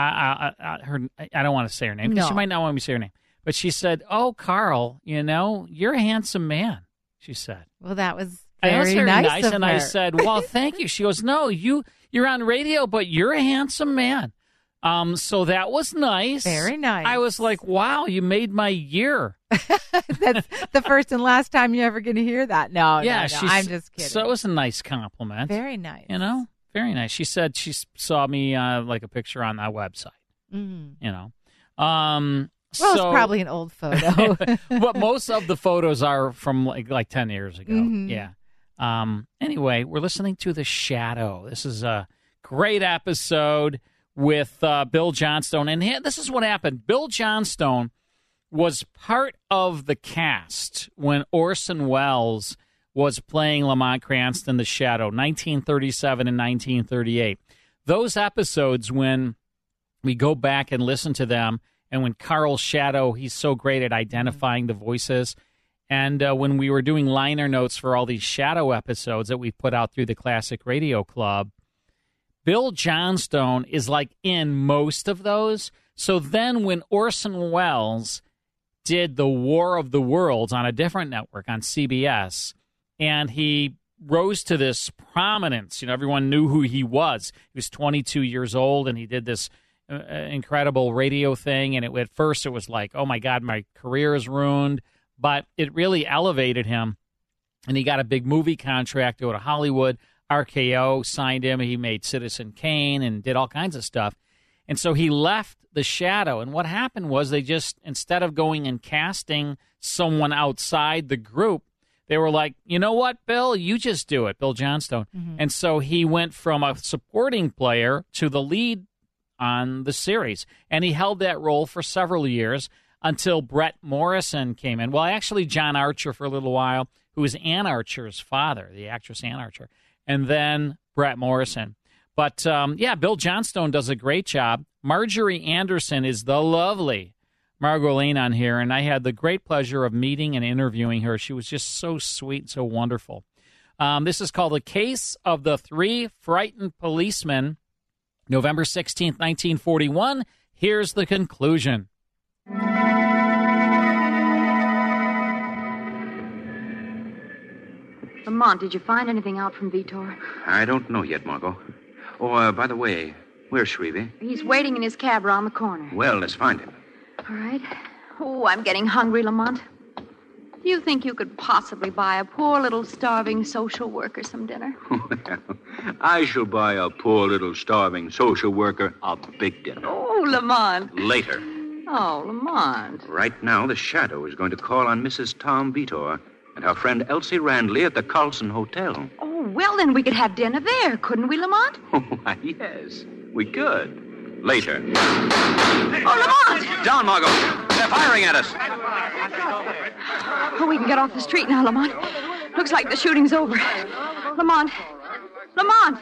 Speaker 1: I, I, I, I- her, I don't want to say her name because she
Speaker 2: No.
Speaker 1: might not want me to say her name. But she said, "Oh, Carl, you know, you're a handsome man." she said.
Speaker 2: Well, that was
Speaker 1: I
Speaker 2: very,
Speaker 1: asked her
Speaker 2: nice, of
Speaker 1: and I
Speaker 2: her.
Speaker 1: said, "Well, thank you." She goes, "No, you you're on radio, but you're a handsome man." Um, so that was nice.
Speaker 2: Very nice.
Speaker 1: I was like, "Wow, you made my year."
Speaker 2: the first and last time you're ever going to hear that. Oh, No,
Speaker 1: yeah,
Speaker 2: no, no,
Speaker 1: she's-
Speaker 2: I'm just kidding.
Speaker 1: So it was a nice compliment.
Speaker 2: Very nice.
Speaker 1: You know, very nice. She said she s- saw me uh, like a picture on that website.
Speaker 2: Mm.
Speaker 1: You know, um,
Speaker 2: Well,
Speaker 1: so-
Speaker 2: it's probably an old
Speaker 1: *laughs*
Speaker 2: photo.
Speaker 1: but most of the photos are from like like ten years ago.
Speaker 2: Mhm.
Speaker 1: Yeah. Um. Anyway, we're listening to the Shadow. This is a great episode with uh, Bill Johnstone, and he- this is what happened. Bill Johnstone was part of the cast when Orson Welles was playing Lamont Cranston, The Shadow, 1937 and 1938. Those episodes when we go back and listen to them. And when Carl Shadow, he's so great at identifying the voices. And uh, when we were doing liner notes for all these Shadow episodes that we've put out through the Classic Radio Club, Bill Johnstone is like in most of those. So then when Orson Welles did the War of the Worlds on a different network on CBS, and he rose to this prominence. You know, everyone knew who he was. He was 22 years old, and he did this uh, incredible radio thing. And it, at first, it was like, "Oh my God, my career is ruined," but it really elevated him and he got a big movie contract to go to Hollywood. RKO signed him. He made Citizen Kane and did all kinds of stuff. And so he left The Shadow. And what happened was they just, instead of going and casting someone outside the group, they were like, you know what, Bill? You just do it, Bill Johnstone. And so he went from a supporting player to the lead on the series. And he held that role for several years until Brett Morrison came in. Well, actually, John Archer for a little while, who was Ann Archer's father, the actress Ann Archer, and then Brett Morrison. But um, yeah, Bill Johnstone does a great job. Marjorie Anderson is the lovely Margot Lane on here, and I had the great pleasure of meeting and interviewing her. She was just so sweet and so wonderful. Um, this is called The Case of the Three Frightened Policemen. November 16th, 1941. Here's the conclusion.
Speaker 10: *laughs* Lamont, did you find anything out from Vitor?
Speaker 11: I don't know yet, Margot. Oh, uh, by the way, where's Shrevey?
Speaker 10: He's waiting in his cab around the corner.
Speaker 11: Well, let's find him.
Speaker 10: All right. Oh, I'm getting hungry, Lamont. Do you think you could possibly buy a poor little starving social worker some dinner?
Speaker 11: I shall buy a poor little starving social worker a big dinner.
Speaker 10: Oh, Lamont.
Speaker 11: Later.
Speaker 10: Oh, Lamont.
Speaker 11: Right now, the shadow is going to call on Mrs. Tom Vitor and her friend Elsie Randley at the Carlson Hotel.
Speaker 10: Oh, well, then we could have dinner there, couldn't we, Lamont?
Speaker 11: *laughs* Why, yes, we could. Later.
Speaker 10: Oh, Lamont!
Speaker 11: Down, Margot. They're firing at us.
Speaker 10: Oh, we can get off the street now, Lamont. Looks like the shooting's over. Lamont. Lamont!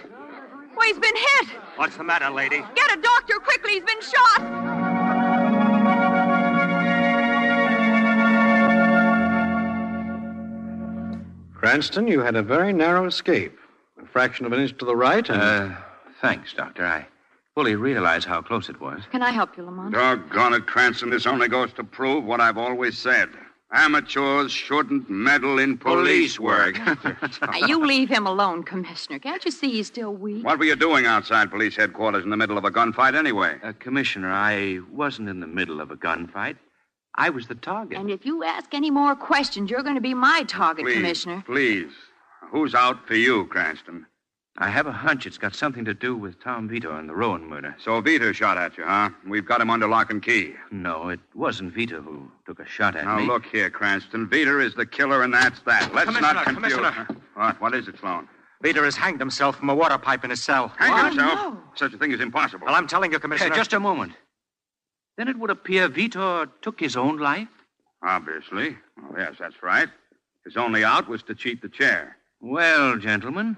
Speaker 10: Well, he's been hit!
Speaker 15: What's the matter, lady?
Speaker 10: Get a doctor quickly! He's been shot!
Speaker 16: Cranston, you had a very narrow escape. A fraction of an inch to the right and. Uh,
Speaker 11: thanks, Doctor. I fully realize how close it was.
Speaker 10: Can I help you, Lamont?
Speaker 9: Doggone it, Cranston. This only goes to prove what I've always said. Amateurs shouldn't meddle in police, work.
Speaker 11: *laughs*
Speaker 10: Now, you leave him alone, Commissioner. Can't you see he's still weak?
Speaker 9: what were you doing outside police headquarters in the middle of a gunfight anyway?
Speaker 11: Uh, Commissioner, I wasn't in the middle of a gunfight. I was the target.
Speaker 10: And if you ask any more questions, you're going to be my target,
Speaker 9: Please,
Speaker 10: Commissioner.
Speaker 9: please. Who's out for you, Cranston?
Speaker 11: I have a hunch it's got something to do with Tom Vito and the Rowan murder.
Speaker 9: So Vito shot at you, huh? We've got him under lock and key.
Speaker 11: No, it wasn't Vito who took a shot at
Speaker 9: now,
Speaker 11: me.
Speaker 9: look here, Cranston. Vito is the killer, and that's that. Let's not
Speaker 11: Commissioner,
Speaker 9: confuse...
Speaker 11: Commissioner.
Speaker 9: What? What is it, Sloan?
Speaker 15: Peter has hanged himself from a water pipe in his cell.
Speaker 9: Hang himself? Such a thing is impossible.
Speaker 15: Well, I'm telling you, Commissioner.
Speaker 9: Hey, just
Speaker 11: a moment. Then it would appear Vitor took his own life?
Speaker 9: Obviously. Oh, yes, that's right. His only out was to cheat the chair.
Speaker 11: Well, gentlemen,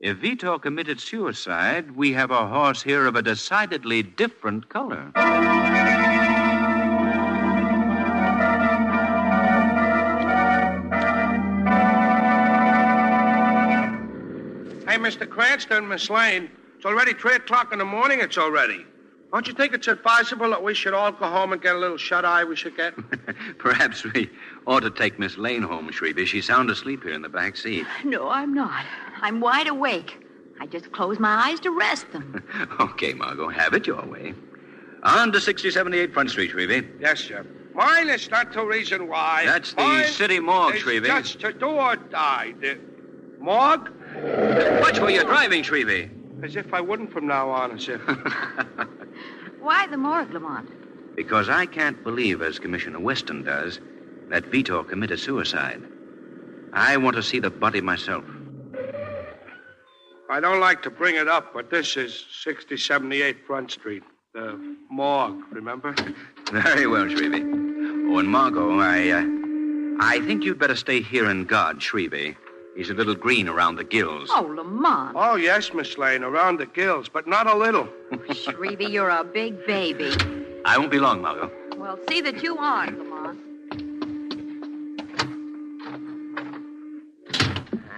Speaker 11: if Vitor committed suicide, we have a horse here of a decidedly different color.
Speaker 13: Hey, Mr. Cranston, Miss Lane. It's already three o'clock in the morning. It's already.
Speaker 3: Don't you think it's advisable that we should all go home and get a little shut eye we
Speaker 11: *laughs*
Speaker 3: should get?
Speaker 11: *laughs* Perhaps we ought to take Miss Lane home, Shrevey. She's sound asleep here in the back seat. *laughs*
Speaker 10: No, I'm not. I'm wide awake. I just close my eyes to rest them.
Speaker 11: Okay, Margot, have it your way. On to 6078 Front Street, Shrevey.
Speaker 3: Yes, sir. Mine is not the reason why.
Speaker 11: That's the
Speaker 3: Mine
Speaker 11: city morgue,
Speaker 3: is
Speaker 11: Shrevey.
Speaker 3: Just to do or die. The morgue?
Speaker 11: Watch where you're driving, Shrevey.
Speaker 3: As if I wouldn't from now on, as
Speaker 11: *laughs*
Speaker 3: if.
Speaker 10: Why the morgue, Lamont?
Speaker 11: Because I can't believe, as Commissioner Weston does, that Vitor committed suicide. I want to see the body myself.
Speaker 3: I don't like to bring it up, but this is 6078 Front Street. The morgue, remember?
Speaker 11: Very well, Shrevey. Oh, and Margot, I, uh, I think you'd better stay here and guard Shrevey. He's a little green around the gills.
Speaker 10: Oh, Lamont.
Speaker 3: Oh, yes, Miss Lane, around the gills, but not a little.
Speaker 10: Shrevey, you're a big baby.
Speaker 11: I won't be long, Margot.
Speaker 10: Well, see that you aren't, Lamont.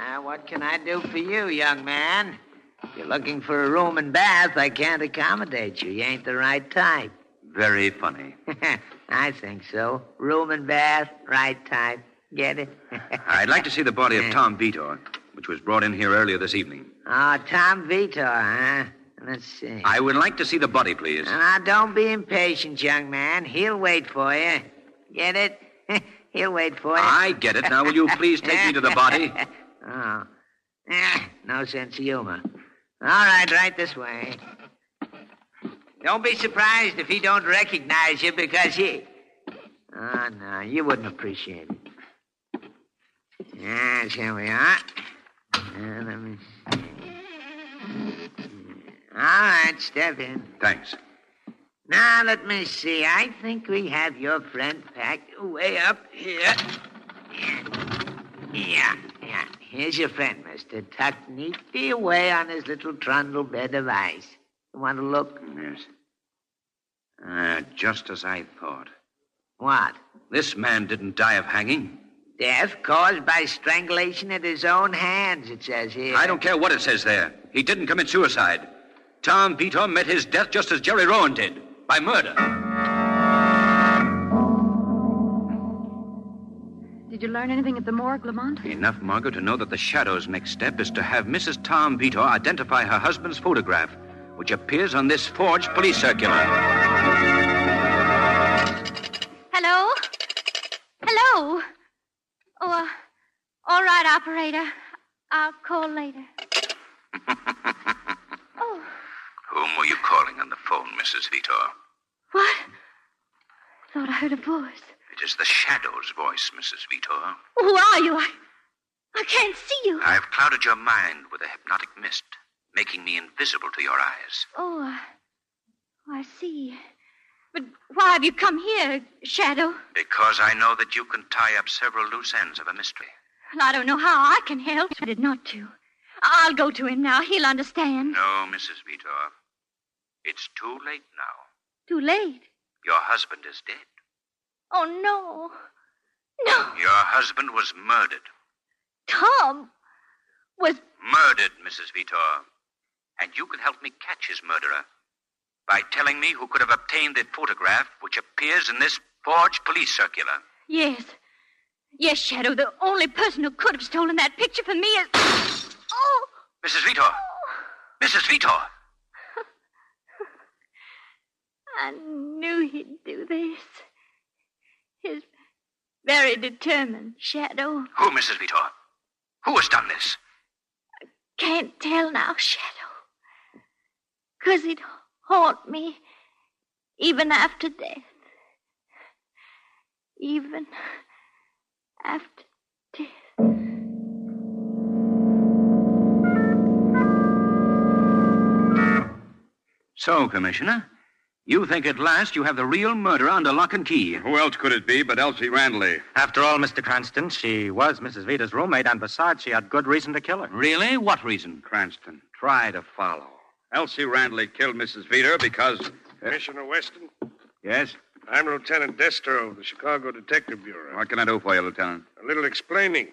Speaker 17: Ah, what can I do for you, young man? If you're looking for a room and bath, I can't accommodate you. You ain't the right type. *laughs*
Speaker 11: Very funny.
Speaker 17: I think so. Room and bath, right type. Get it? *laughs*
Speaker 11: I'd like to see the body of Tom Vitor, which was brought in here earlier this evening.
Speaker 17: oh, Tom Vitor, huh? Let's see.
Speaker 11: I would like to see the body, please.
Speaker 17: Now, don't be impatient, young man. He'll wait for you. Get it? *laughs* He'll wait for you.
Speaker 11: I get it. Now, will you please take me to the body?
Speaker 17: *laughs* Oh. Eh, no sense of humor. All right, right this way. Don't be surprised if he don't recognize you because he. Oh, no, you wouldn't appreciate it. Yes, here we are. Uh, let me see. All right, step in.
Speaker 11: Thanks.
Speaker 17: Now, let me see. I think we have your friend packed way up here. Yeah, yeah. Here's your friend, mister, tucked neatly away on his little trundle bed of ice. You want to look?
Speaker 11: Yes. Ah, just as I thought.
Speaker 17: What?
Speaker 11: This man didn't die of hanging.
Speaker 17: Death caused by strangulation at his own hands, it says here.
Speaker 11: I don't care what it says there. He didn't commit suicide. Tom Vitor met his death just as Jerry Rowan did by murder.
Speaker 10: Did you learn anything at the morgue, Lamont?
Speaker 11: Enough, Margot, to know that the Shadow's next step is to have Mrs. Tom Vitor identify her husband's photograph, which appears on this forged police circular.
Speaker 10: Hello? Hello? Oh, uh, all right, operator. I'll call later.
Speaker 11: Whom were you calling on the phone, Mrs. Vitor?
Speaker 10: What? Thought I heard a voice.
Speaker 11: It is the Shadow's voice, Mrs. Vitor.
Speaker 10: Who are you? I, I can't see you.
Speaker 11: I've clouded your mind with a hypnotic mist, making me invisible to your eyes.
Speaker 10: Oh, uh, oh, I see. But why have you come here, Shadow?
Speaker 11: Because I know that you can tie up several loose ends of a mystery.
Speaker 10: Well, I don't know how I can help. I did not to. I'll go to him now. He'll understand.
Speaker 11: No, Mrs. Vitor. It's too late now.
Speaker 10: Too late.
Speaker 11: Your husband is dead.
Speaker 10: Oh, no. No.
Speaker 11: Your husband was murdered.
Speaker 10: Tom was.
Speaker 11: Murdered, Mrs. Vitor. And you can help me catch his murderer by telling me who could have obtained the photograph which appears in this forged police circular.
Speaker 10: Yes. Yes, Shadow. The only person who could have stolen that picture from me is. Oh!
Speaker 11: Mrs. Vitor! Mrs. Vitor!
Speaker 10: I knew he'd do this. He's very determined, Shadow.
Speaker 11: Who, Mrs. Vitor? Who has done this?
Speaker 10: Can't tell now, Shadow. Because he'd haunt me even after death. Even after.
Speaker 11: So, Commissioner, you think at last you have the real murderer under lock and key.
Speaker 9: Who else could it be but Elsie Randley?
Speaker 15: After all, Mr. Cranston, she was Mrs. Vita's roommate, and besides, she had good reason to kill her.
Speaker 11: Really? What reason?
Speaker 9: Cranston, try to follow. Elsie Randley killed Mrs. Viter because.
Speaker 3: Commissioner Weston,
Speaker 9: Yes?
Speaker 3: I'm Lieutenant Destro of the Chicago Detective Bureau.
Speaker 9: What can I do for you, Lieutenant?
Speaker 3: A little explaining.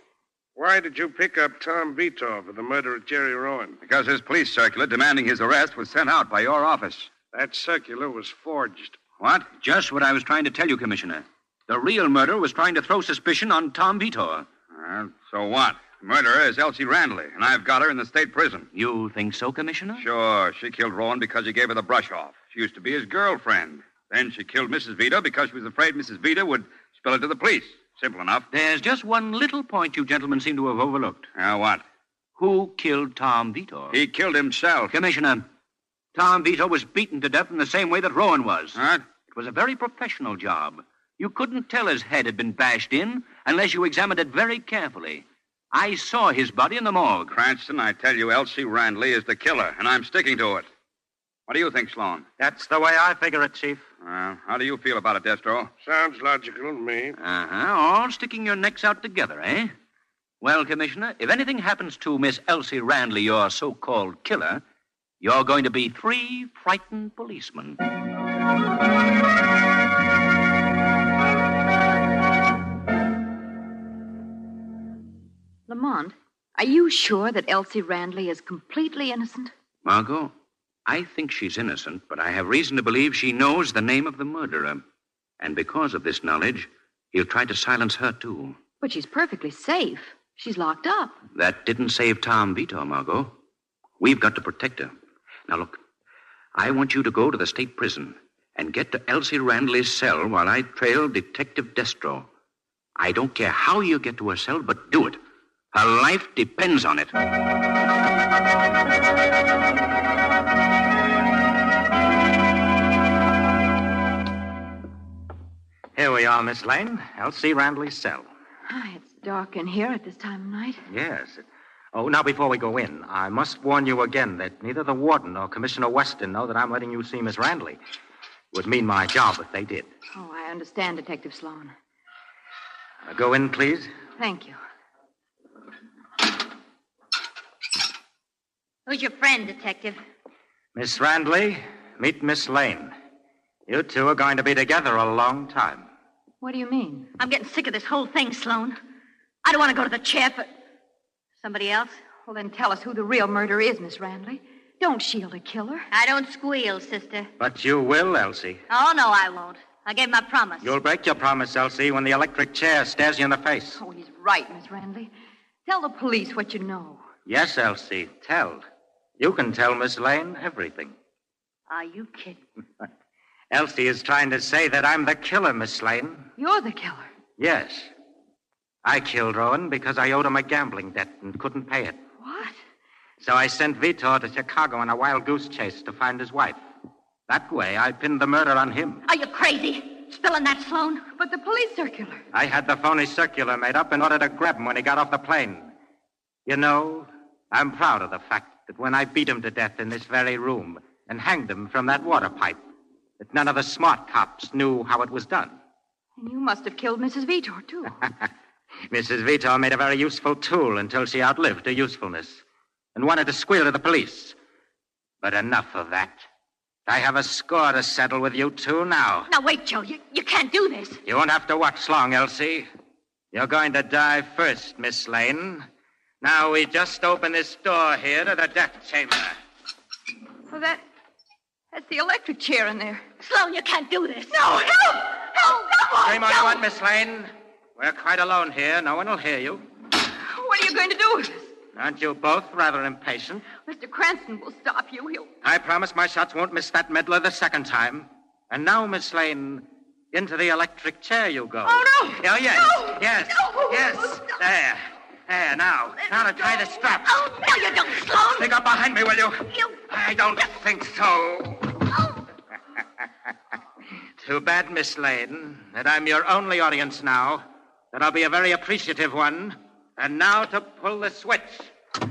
Speaker 3: Why did you pick up Tom Vitor for the murder of Jerry Rowan?
Speaker 9: Because his police circular demanding his arrest was sent out by your office.
Speaker 3: That circular was forged.
Speaker 11: What? Just what I was trying to tell you, Commissioner. The real murderer was trying to throw suspicion on Tom Vitor.
Speaker 18: Well, so what? Murderer is Elsie Randley, and I've got her in the state prison.
Speaker 11: You think so, Commissioner?
Speaker 18: Sure, she killed Rowan because he gave her the brush off. She used to be his girlfriend. Then she killed Mrs. Vito because she was afraid Mrs. Vito would spill it to the police. Simple enough.
Speaker 11: There's just one little point you gentlemen seem to have overlooked.
Speaker 18: Now what?
Speaker 11: Who killed Tom Vitor?
Speaker 18: He killed himself.
Speaker 11: Commissioner, Tom Vito was beaten to death in the same way that Rowan was. Huh? It was a very professional job. You couldn't tell his head had been bashed in unless you examined it very carefully. I saw his body in the morgue.
Speaker 18: Cranston, I tell you, Elsie Randley is the killer, and I'm sticking to it. What do you think, Sloan?
Speaker 15: That's the way I figure it, Chief.
Speaker 18: Well, how do you feel about it, Destro?
Speaker 3: Sounds logical to me.
Speaker 11: Uh huh. All sticking your necks out together, eh? Well, Commissioner, if anything happens to Miss Elsie Randley, your so called killer, you're going to be three frightened policemen.
Speaker 10: Lamont, are you sure that Elsie Randley is completely innocent?
Speaker 11: Margot, I think she's innocent, but I have reason to believe she knows the name of the murderer. And because of this knowledge, he'll try to silence her, too.
Speaker 10: But she's perfectly safe. She's locked up.
Speaker 11: That didn't save Tom Vitor, Margot. We've got to protect her. Now, look, I want you to go to the state prison and get to Elsie Randley's cell while I trail Detective Destro. I don't care how you get to her cell, but do it. Her life depends on it.
Speaker 15: Here we are, Miss Lane. Elsie Randley's cell.
Speaker 10: Ah, it's dark in here at this time of night.
Speaker 15: Yes. Oh, now before we go in, I must warn you again that neither the warden nor Commissioner Weston know that I'm letting you see Miss Randley. It would mean my job if they did.
Speaker 10: Oh, I understand, Detective Sloan.
Speaker 15: Uh, go in, please.
Speaker 10: Thank you.
Speaker 13: Who's your friend, Detective?
Speaker 15: Miss Randley, meet Miss Lane. You two are going to be together a long time.
Speaker 10: What do you mean?
Speaker 13: I'm getting sick of this whole thing, Sloan. I don't want to go to the chair, but. Somebody else?
Speaker 10: Well, then tell us who the real murderer is, Miss Randley. Don't shield a killer.
Speaker 13: I don't squeal, sister.
Speaker 15: But you will, Elsie.
Speaker 13: Oh, no, I won't. I gave my promise.
Speaker 15: You'll break your promise, Elsie, when the electric chair stares you in the face.
Speaker 10: Oh, he's right, Miss Randley. Tell the police what you know.
Speaker 15: Yes, Elsie, tell. You can tell Miss Lane everything.
Speaker 13: Are you kidding?
Speaker 15: Elsie is trying to say that I'm the killer, Miss Lane.
Speaker 10: You're the killer.
Speaker 15: Yes. I killed Rowan because I owed him a gambling debt and couldn't pay it.
Speaker 10: What?
Speaker 15: So I sent Vitor to Chicago on a wild goose chase to find his wife. That way, I pinned the murder on him.
Speaker 13: Are you crazy? Spilling that, Sloan?
Speaker 10: But the police circular.
Speaker 15: I had the phony circular made up in order to grab him when he got off the plane. You know, I'm proud of the fact that when I beat him to death in this very room and hanged him from that water pipe, that none of the smart cops knew how it was done.
Speaker 10: And you must have killed Mrs. Vitor, too.
Speaker 15: Mrs. Vitor made a very useful tool until she outlived her usefulness and wanted to squeal to the police. But enough of that. I have a score to settle with you two now.
Speaker 13: Now, wait, Joe. You, you can't do this.
Speaker 15: You won't have to watch long, Elsie. You're going to die first, Miss Lane. Now, we just open this door here to the death chamber.
Speaker 10: Well, that, that's the electric chair in there.
Speaker 13: Sloan, you can't do this.
Speaker 10: No, help! Help! No
Speaker 15: Scream all you want, Miss Lane. We're quite alone here. No one will hear you.
Speaker 10: What are you going to do with us?
Speaker 15: Aren't you both rather impatient?
Speaker 10: Mr. Cranston will stop you. He'll.
Speaker 15: I promise my shots won't miss that meddler the second time. And now, Miss Lane, into the electric chair you go.
Speaker 10: Oh, no!
Speaker 15: Oh, yes.
Speaker 10: No!
Speaker 15: Yes.
Speaker 10: No!
Speaker 15: Yes.
Speaker 10: No!
Speaker 15: There. There, now. now to try the strap.
Speaker 13: Oh, no, you don't, Sloan!
Speaker 15: Stick up behind me, will you?
Speaker 13: You.
Speaker 15: I don't think so.
Speaker 13: Oh,
Speaker 15: *laughs* Too bad, Miss Lane, that I'm your only audience now. That'll be a very appreciative one. And now to pull the switch. It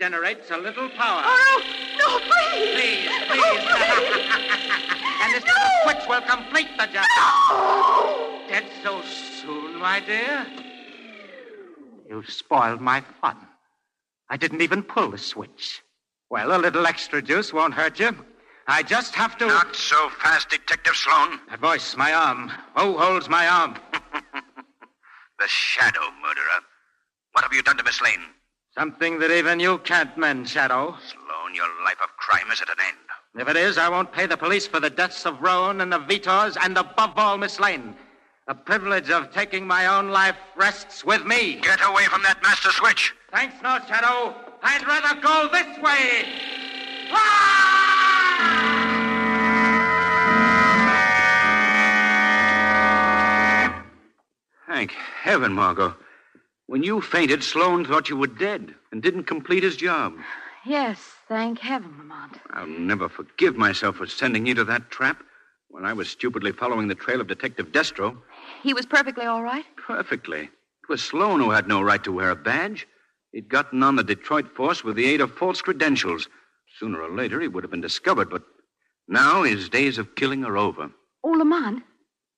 Speaker 15: generates a little power.
Speaker 10: Oh, no! No, please! Oh,
Speaker 15: Please, please.
Speaker 10: and
Speaker 15: this little switch will complete the job.
Speaker 10: No!
Speaker 15: Dead so soon, my dear? You spoiled my fun. I didn't even pull the switch. Well, a little extra juice won't hurt you. I just have to.
Speaker 19: Not so fast, Detective Sloan.
Speaker 15: That voice, my arm. Who holds my arm?
Speaker 19: *laughs* The shadow murderer. What have you done to Miss Lane?
Speaker 15: Something that even you can't mend, Shadow.
Speaker 19: Sloan, your life of crime is at an end.
Speaker 15: If it is, I won't pay the police for the deaths of Rowan and the Vitors and above all Miss Lane. The privilege of taking my own life rests with me. Get away from that master switch. Thanks, no shadow. I'd rather go this way.
Speaker 20: Thank heaven, Margot. When you fainted, Sloane thought you were dead and didn't complete his job.
Speaker 10: Yes, thank heaven, Lamont.
Speaker 20: I'll never forgive myself for sending you to that trap when I was stupidly following the trail of Detective Destro.
Speaker 10: He was perfectly all right.
Speaker 20: Perfectly. It was Sloan who had no right to wear a badge. He'd gotten on the Detroit force with the aid of false credentials. Sooner or later, he would have been discovered, but now his days of killing are over.
Speaker 10: Oh, Lamont,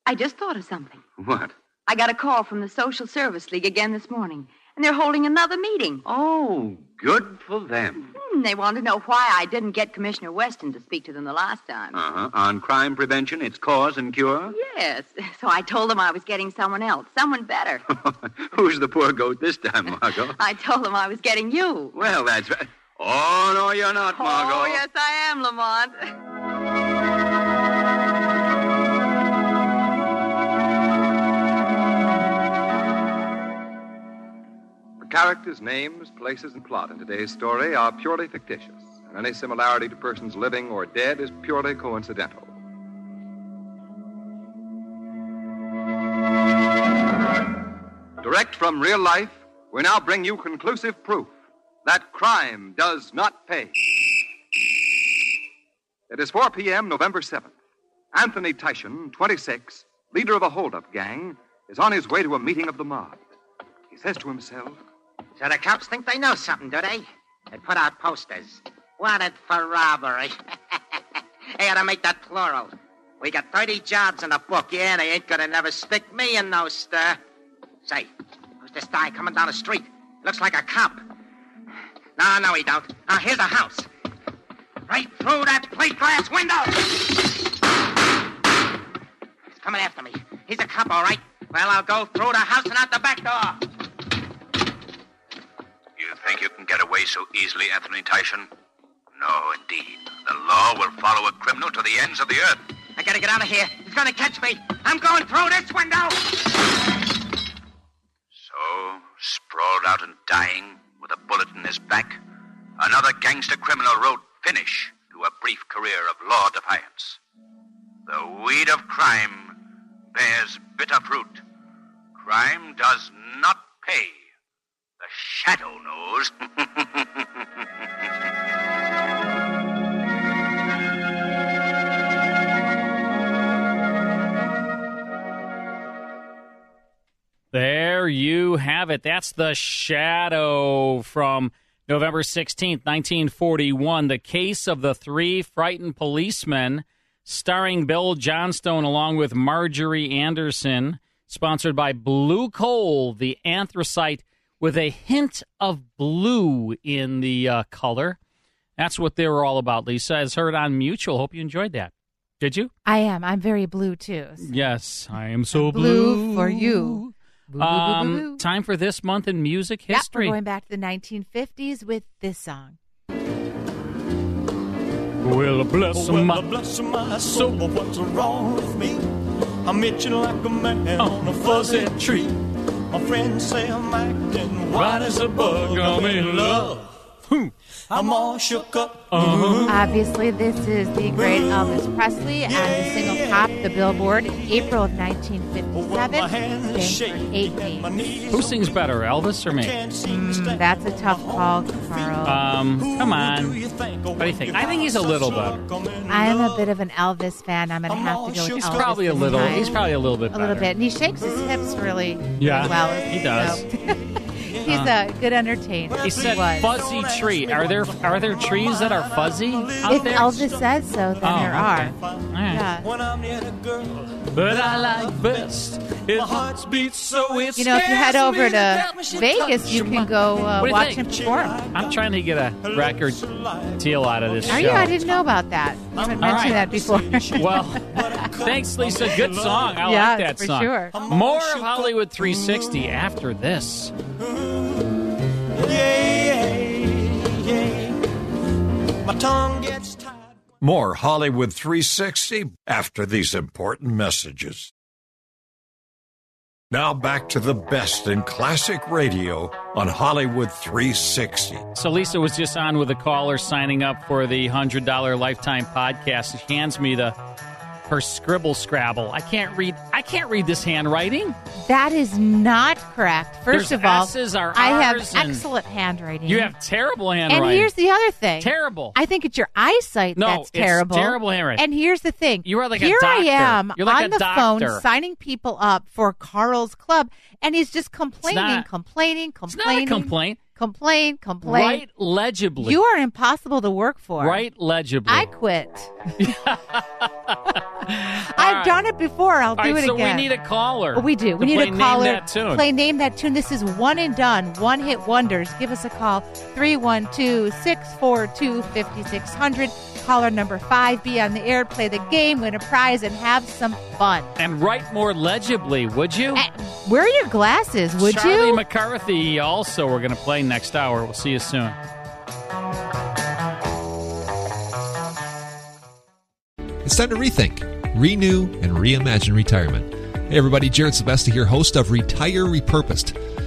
Speaker 10: I just thought of something.
Speaker 20: What?
Speaker 10: I got a call from the Social Service League again this morning, and they're holding another meeting.
Speaker 20: Oh. Good for them.
Speaker 10: Hmm, they want to know why I didn't get Commissioner Weston to speak to them the last time.
Speaker 20: Uh huh. On crime prevention, its cause and cure.
Speaker 10: Yes, *laughs* so I told them I was getting someone else, someone better.
Speaker 20: Who's the poor goat this time, Margot?
Speaker 10: I told them I was getting you.
Speaker 20: well, that's. right. Oh, no, you're not, Margot.
Speaker 10: Oh, yes, I am, Lamont. *laughs*
Speaker 8: The characters, names, places, and plot in today's story are purely fictitious, and any similarity to persons living or dead is purely coincidental. Direct from real life, we now bring you conclusive proof that crime does not pay. It is 4 p.m., November 7th. Anthony Tyson, 26, leader of a holdup gang, is on his way to a meeting of the mob. He says to himself,
Speaker 21: So the cops think they know something, do they? They put out posters. Wanted for robbery. *laughs* they ought to make that plural. We got 30 jobs in the book, yeah, they ain't gonna never stick me in no stir. Say, who's this guy coming down the street? Looks like a cop. No, no, he don't. Now, here's the house. Right through that plate glass window! He's coming after me. He's a cop, all right. Well, I'll go through the house and out the back door.
Speaker 11: You think you can get away so easily, Anthony Tyson? No, indeed. The law will follow a criminal to the ends of the earth.
Speaker 21: I gotta get out of here. He's gonna catch me. I'm going through this window.
Speaker 11: So, sprawled out and dying, with a bullet in his back, another gangster criminal wrote finish to a brief career of law defiance. The weed of crime bears bitter fruit. Crime does not pay. The shadow knows. *laughs*
Speaker 1: There you have it. That's The Shadow from November 16th, 1941. The case of the three frightened policemen, starring Bill Johnstone along with Marjorie Anderson, sponsored by Blue Coal, the anthracite with a hint of blue in the uh, color. That's what they were all about, Lisa. As heard on Mutual. Hope you enjoyed that. Did you?
Speaker 2: I am. I'm very blue too.
Speaker 1: Yes, I am so
Speaker 2: Blue for you.
Speaker 1: Um, time for this month in music
Speaker 2: Yep,
Speaker 1: history.
Speaker 2: we're going back to the 1950s with this song.
Speaker 1: Well, bless
Speaker 22: Oh, well,
Speaker 1: my-
Speaker 22: bless my soul, but what's wrong with me? I'm itching like a man
Speaker 1: Uh,
Speaker 22: on a fuzzy tree. My friends say I'm acting white as a bug. I'm in love.
Speaker 1: Hmm.
Speaker 22: I'm all shook up.
Speaker 1: Uh-huh.
Speaker 2: Obviously, this is the great Elvis Presley and the single "Pop," the Billboard, in April of 1957. Staying for eight days.
Speaker 1: Who sings better, Elvis or me?
Speaker 2: Mm, that's a tough call, Carl.
Speaker 1: Um, come on. What do you think? I think he's a little better.
Speaker 2: I'm a bit of an Elvis fan. I'm gonna have to go with
Speaker 1: He's
Speaker 2: Elvis.
Speaker 1: probably a
Speaker 2: this
Speaker 1: little.
Speaker 2: time.
Speaker 1: He's probably a little bit
Speaker 2: a little
Speaker 1: better.
Speaker 2: bit, and he shakes his hips really
Speaker 1: Yeah,
Speaker 2: well.
Speaker 1: he does.
Speaker 2: He's
Speaker 1: Uh,
Speaker 2: a good entertainer.
Speaker 1: He said
Speaker 2: was.
Speaker 1: fuzzy tree. Are there are there trees that are fuzzy out
Speaker 2: If
Speaker 1: there?
Speaker 2: Elvis says so, then
Speaker 1: Oh,
Speaker 2: there are.
Speaker 1: okay.
Speaker 2: Yeah.
Speaker 1: But I like best. It hearts beat so it's.
Speaker 2: You know, if you head over to Vegas, you can go uh,
Speaker 1: What do you
Speaker 2: watch him
Speaker 1: think?
Speaker 2: perform.
Speaker 1: I'm trying to get a record deal out of this
Speaker 2: Are
Speaker 1: show.
Speaker 2: you?
Speaker 1: *laughs*
Speaker 2: I didn't know about that. You haven't
Speaker 1: All
Speaker 2: mentioned that
Speaker 1: right.
Speaker 2: before. *laughs*
Speaker 1: well, thanks, Lisa. Good song. I
Speaker 2: Yeah,
Speaker 1: like that
Speaker 2: for
Speaker 1: song.
Speaker 2: sure.
Speaker 1: More of Hollywood 360 after this.
Speaker 22: Yeah, yeah. My tongue gets tired.
Speaker 4: More Hollywood 360 after these important messages. Now back to the best in classic radio on Hollywood 360.
Speaker 1: So Lisa was just on with a caller signing up for the hundred dollar lifetime podcast. She hands me the her scribble scrabble. I can't read. I can't read this handwriting.
Speaker 2: That is not correct. First
Speaker 1: There's
Speaker 2: of all,
Speaker 1: S's are
Speaker 2: I have
Speaker 1: R's and-
Speaker 2: excellent handwriting.
Speaker 1: You have terrible handwriting.
Speaker 2: And here's the other thing.
Speaker 1: Terrible.
Speaker 2: I think it's your eyesight
Speaker 1: No,
Speaker 2: that's
Speaker 1: it's
Speaker 2: terrible.
Speaker 1: terrible handwriting.
Speaker 2: And here's the thing.
Speaker 1: You are like a
Speaker 2: Here
Speaker 1: doctor.
Speaker 2: I am
Speaker 1: You're like
Speaker 2: on
Speaker 1: a
Speaker 2: the
Speaker 1: doctor.
Speaker 2: phone signing people up for Carl's Club, and he's just complaining,
Speaker 1: not-
Speaker 2: complaining, complaining,
Speaker 1: complaint.
Speaker 2: complain, complain.
Speaker 1: Write legibly.
Speaker 2: You are impossible to work for.
Speaker 1: Write legibly.
Speaker 2: I quit.
Speaker 1: *laughs*
Speaker 2: I've done it before. I'll
Speaker 1: All
Speaker 2: do
Speaker 1: right,
Speaker 2: it
Speaker 1: so
Speaker 2: again.
Speaker 1: we need a caller.
Speaker 2: Oh, We do. We
Speaker 1: to
Speaker 2: need
Speaker 1: play
Speaker 2: a caller.
Speaker 1: Name that tune.
Speaker 2: Play Name That Tune. This is One and Done, One Hit Wonders. Give us a call, 312 642 5600. Caller number five, be on the air, play the game, win a prize, and have some fun.
Speaker 1: and write more legibly, would you?
Speaker 2: Wear your glasses, would
Speaker 1: Charlie
Speaker 2: you?
Speaker 1: McCarthy also we're going to play next hour. We'll see you soon.
Speaker 23: It's time to rethink, renew, and reimagine retirement. Hey, everybody, Jared Sebesta here, host of Retire Repurposed.